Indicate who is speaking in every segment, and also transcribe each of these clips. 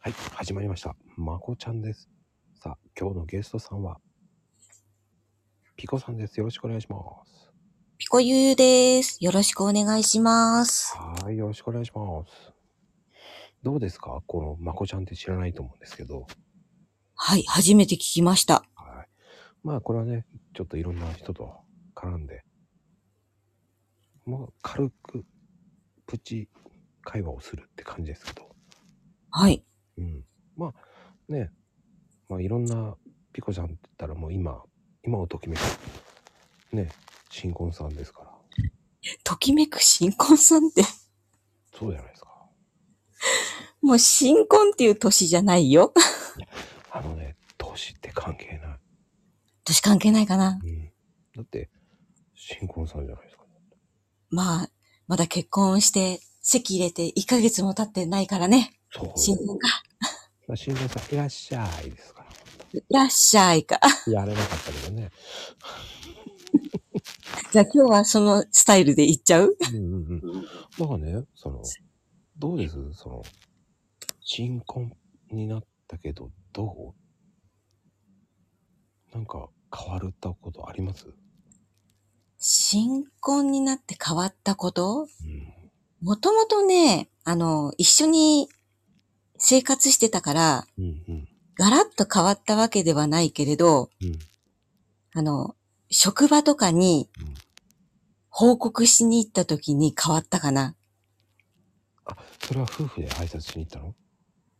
Speaker 1: はい、始まりました。まこちゃんです。さあ、今日のゲストさんは、ピコさんです。よろしくお願いします。
Speaker 2: ピコユーです。よろしくお願いします。
Speaker 1: はい、よろしくお願いします。どうですかこのまこちゃんって知らないと思うんですけど、
Speaker 2: はい、初めて聞きました。
Speaker 1: はい。まあ、これはね、ちょっといろんな人と絡んで、もう軽く、プチ会話をするって感じですけど、
Speaker 2: はい。
Speaker 1: うん。まあ、ね、まあ、いろんな、ピコちゃんって言ったらもう今、今をときめく、ね、新婚さんですから、
Speaker 2: ときめく新婚さんって、
Speaker 1: そうじゃないですか。
Speaker 2: もう新婚っていう年じゃないよ。
Speaker 1: あのね、年って関係な。。
Speaker 2: 年関係ないかない
Speaker 1: うん。だって、新婚さんじゃないですか。
Speaker 2: まあ、まだ結婚して、席入れて1ヶ月も経ってないからね。
Speaker 1: そう。
Speaker 2: 新婚か。
Speaker 1: まあ新婚さん、いらっしゃいですから。
Speaker 2: いらっしゃいか。
Speaker 1: やれなかったけどね。
Speaker 2: じゃあ今日はそのスタイルでいっちゃう
Speaker 1: うんうんうん。だからね、その、どうですその、新婚になったけど、どうなんか変わったことあります
Speaker 2: 新婚になって変わったこと
Speaker 1: うん。
Speaker 2: もともとね、あの、一緒に生活してたから、
Speaker 1: うんうん。
Speaker 2: ガラッと変わったわけではないけれど、
Speaker 1: うん。
Speaker 2: あの、職場とかに
Speaker 1: うん
Speaker 2: 報告しに行った時に変わったかな。
Speaker 1: それは夫婦で挨拶しに行ったの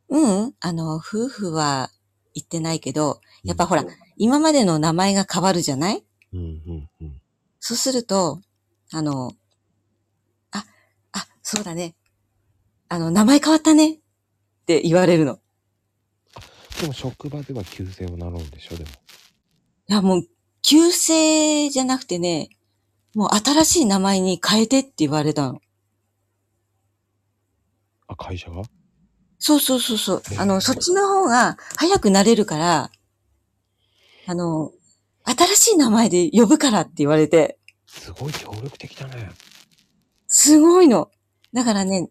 Speaker 2: うん、あの、夫婦は行ってないけど、やっぱほら
Speaker 1: うん
Speaker 2: 今までの名前が変わるじゃない
Speaker 1: うんうん。
Speaker 2: そうすると、あの、あ、あ、そうだね。あの、名前変わったねって言われるの。
Speaker 1: でも職場では旧姓を名乗るんでしょ、でも。
Speaker 2: いや、もう、旧姓じゃなくてね、もう新しい名前に変えてって言われたの。
Speaker 1: あ、会社が
Speaker 2: そうそうそうそう
Speaker 1: え。ー
Speaker 2: あの、そっちの方が早くなれるから、あの、新しい名前で呼ぶからって言われて、
Speaker 1: すごい協力的だね。
Speaker 2: すごいの。だからね、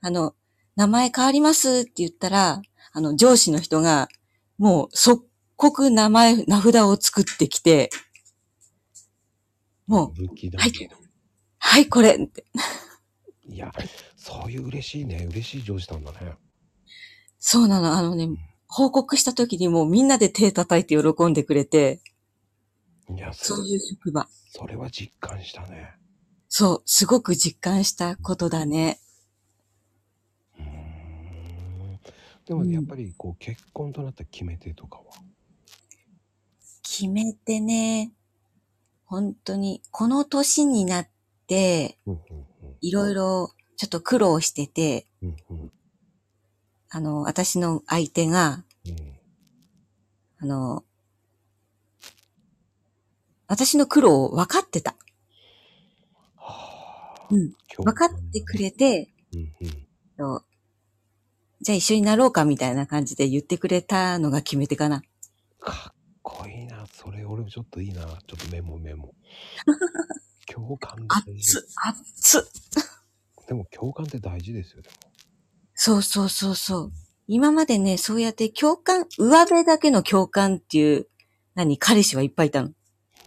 Speaker 2: あの、名前変わりますって言ったら、あの、上司の人が、もう即刻名前、名札を作ってきて、もう、
Speaker 1: 武器だ、
Speaker 2: はいはい、これって。
Speaker 1: いや、そういう嬉しいね、嬉しい上司なんだね。
Speaker 2: そうなの、あのね、報告した時にもうみんなで手叩いて喜んでくれて、
Speaker 1: いや、そ
Speaker 2: そういう職場。
Speaker 1: それは実感したね。
Speaker 2: そう、すごく実感したことだね。
Speaker 1: うーんでも
Speaker 2: うん
Speaker 1: やっぱりこう結婚となった決め手とかは、
Speaker 2: 決めてね、本当に、この年になって、
Speaker 1: うんうんうん
Speaker 2: いろいろちょっと苦労してて、
Speaker 1: うんうん
Speaker 2: あの、私の相手が、
Speaker 1: うん
Speaker 2: あの、私の苦労を分かってた。
Speaker 1: はあ
Speaker 2: うん
Speaker 1: 共
Speaker 2: 分か
Speaker 1: 感
Speaker 2: ってくれて、
Speaker 1: うんうん
Speaker 2: とじゃあ一緒になろうかみたいな感じで言ってくれたのが決め手かな。
Speaker 1: かっこいいなそれ俺ちょっといいなちょっとメモメ モ共感
Speaker 2: 熱
Speaker 1: 大
Speaker 2: っ
Speaker 1: 事、
Speaker 2: 熱っ
Speaker 1: でも共感って大事ですよでも
Speaker 2: そうそうそうそう。今までね、そうやって共感、上辺だけの共感っていう、何、彼氏はいっぱいいたの。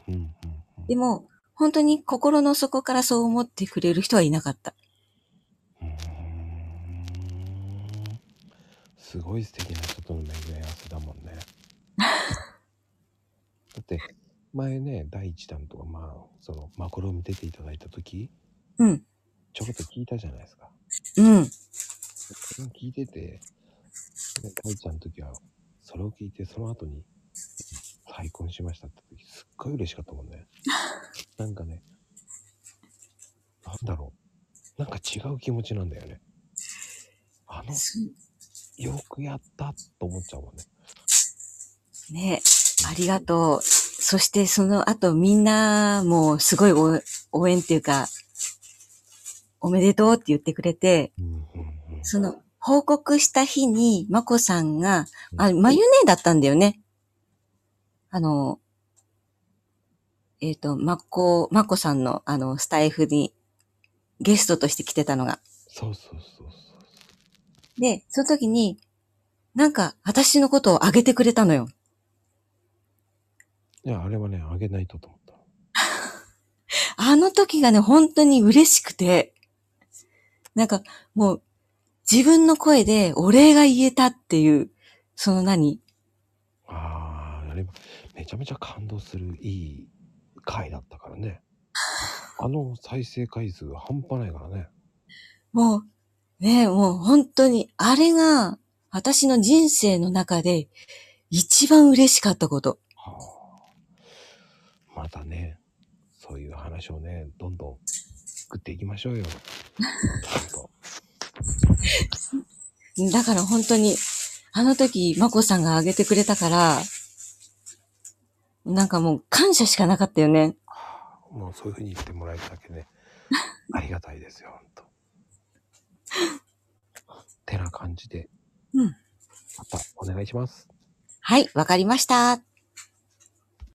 Speaker 1: うんうんうん
Speaker 2: でも、本当に心の底からそう思ってくれる人はいなかった。
Speaker 1: うーんすごい素敵な人との巡り合わせだもんね。だって前ね第一弾とかまあそのマコロに出ていただいた時
Speaker 2: うん、
Speaker 1: ちょこっと聞いたじゃないですか。
Speaker 2: うん、
Speaker 1: それを聞いててで第一弾の時はそれを聞いてその後に再婚しましたって時すっごい嬉しかったもんね。なんかねなんだろうなんか違う気持ちなんだよね。あのよくやったと思っちゃうもんね。
Speaker 2: ね、ありがとう。そしてその後みんなもうすごい応応援っていうか、おめでとうって言ってくれて、
Speaker 1: うんうんうん
Speaker 2: その報告した日にまこさんが、あ、マユネーだったんだよね。あの、えっ、と、まこ、まこさんのあのスタイフにゲストとして来てたのが。
Speaker 1: そうそうそうそう。
Speaker 2: で、その時に、なんか、私のことをあげてくれたのよ。
Speaker 1: いや、あれはね、あげないとと思った。
Speaker 2: あの時がね、本当に嬉しくて、なんか、もう、自分の声でお礼が言えたっていう、その何
Speaker 1: ああ、あれ、めちゃめちゃ感動するいい回だったから ね。あの再生回数半端ないからね。
Speaker 2: もう、ねえ、もう本当に、あれが、私の人生の中で、一番嬉しかったこと。
Speaker 1: はあ。またね、そういう話をね、どんどん作っていきましょう よ。ほんと
Speaker 2: だから本当に、あの時、まこさんがあげてくれたから、なんかもう感謝しかなかったよね。
Speaker 1: もうそういうふうに言ってもらえるだけね、ありがたいですよ、ほんと。てな感じで、
Speaker 2: うん
Speaker 1: またお願いします。
Speaker 2: はい、わかりました。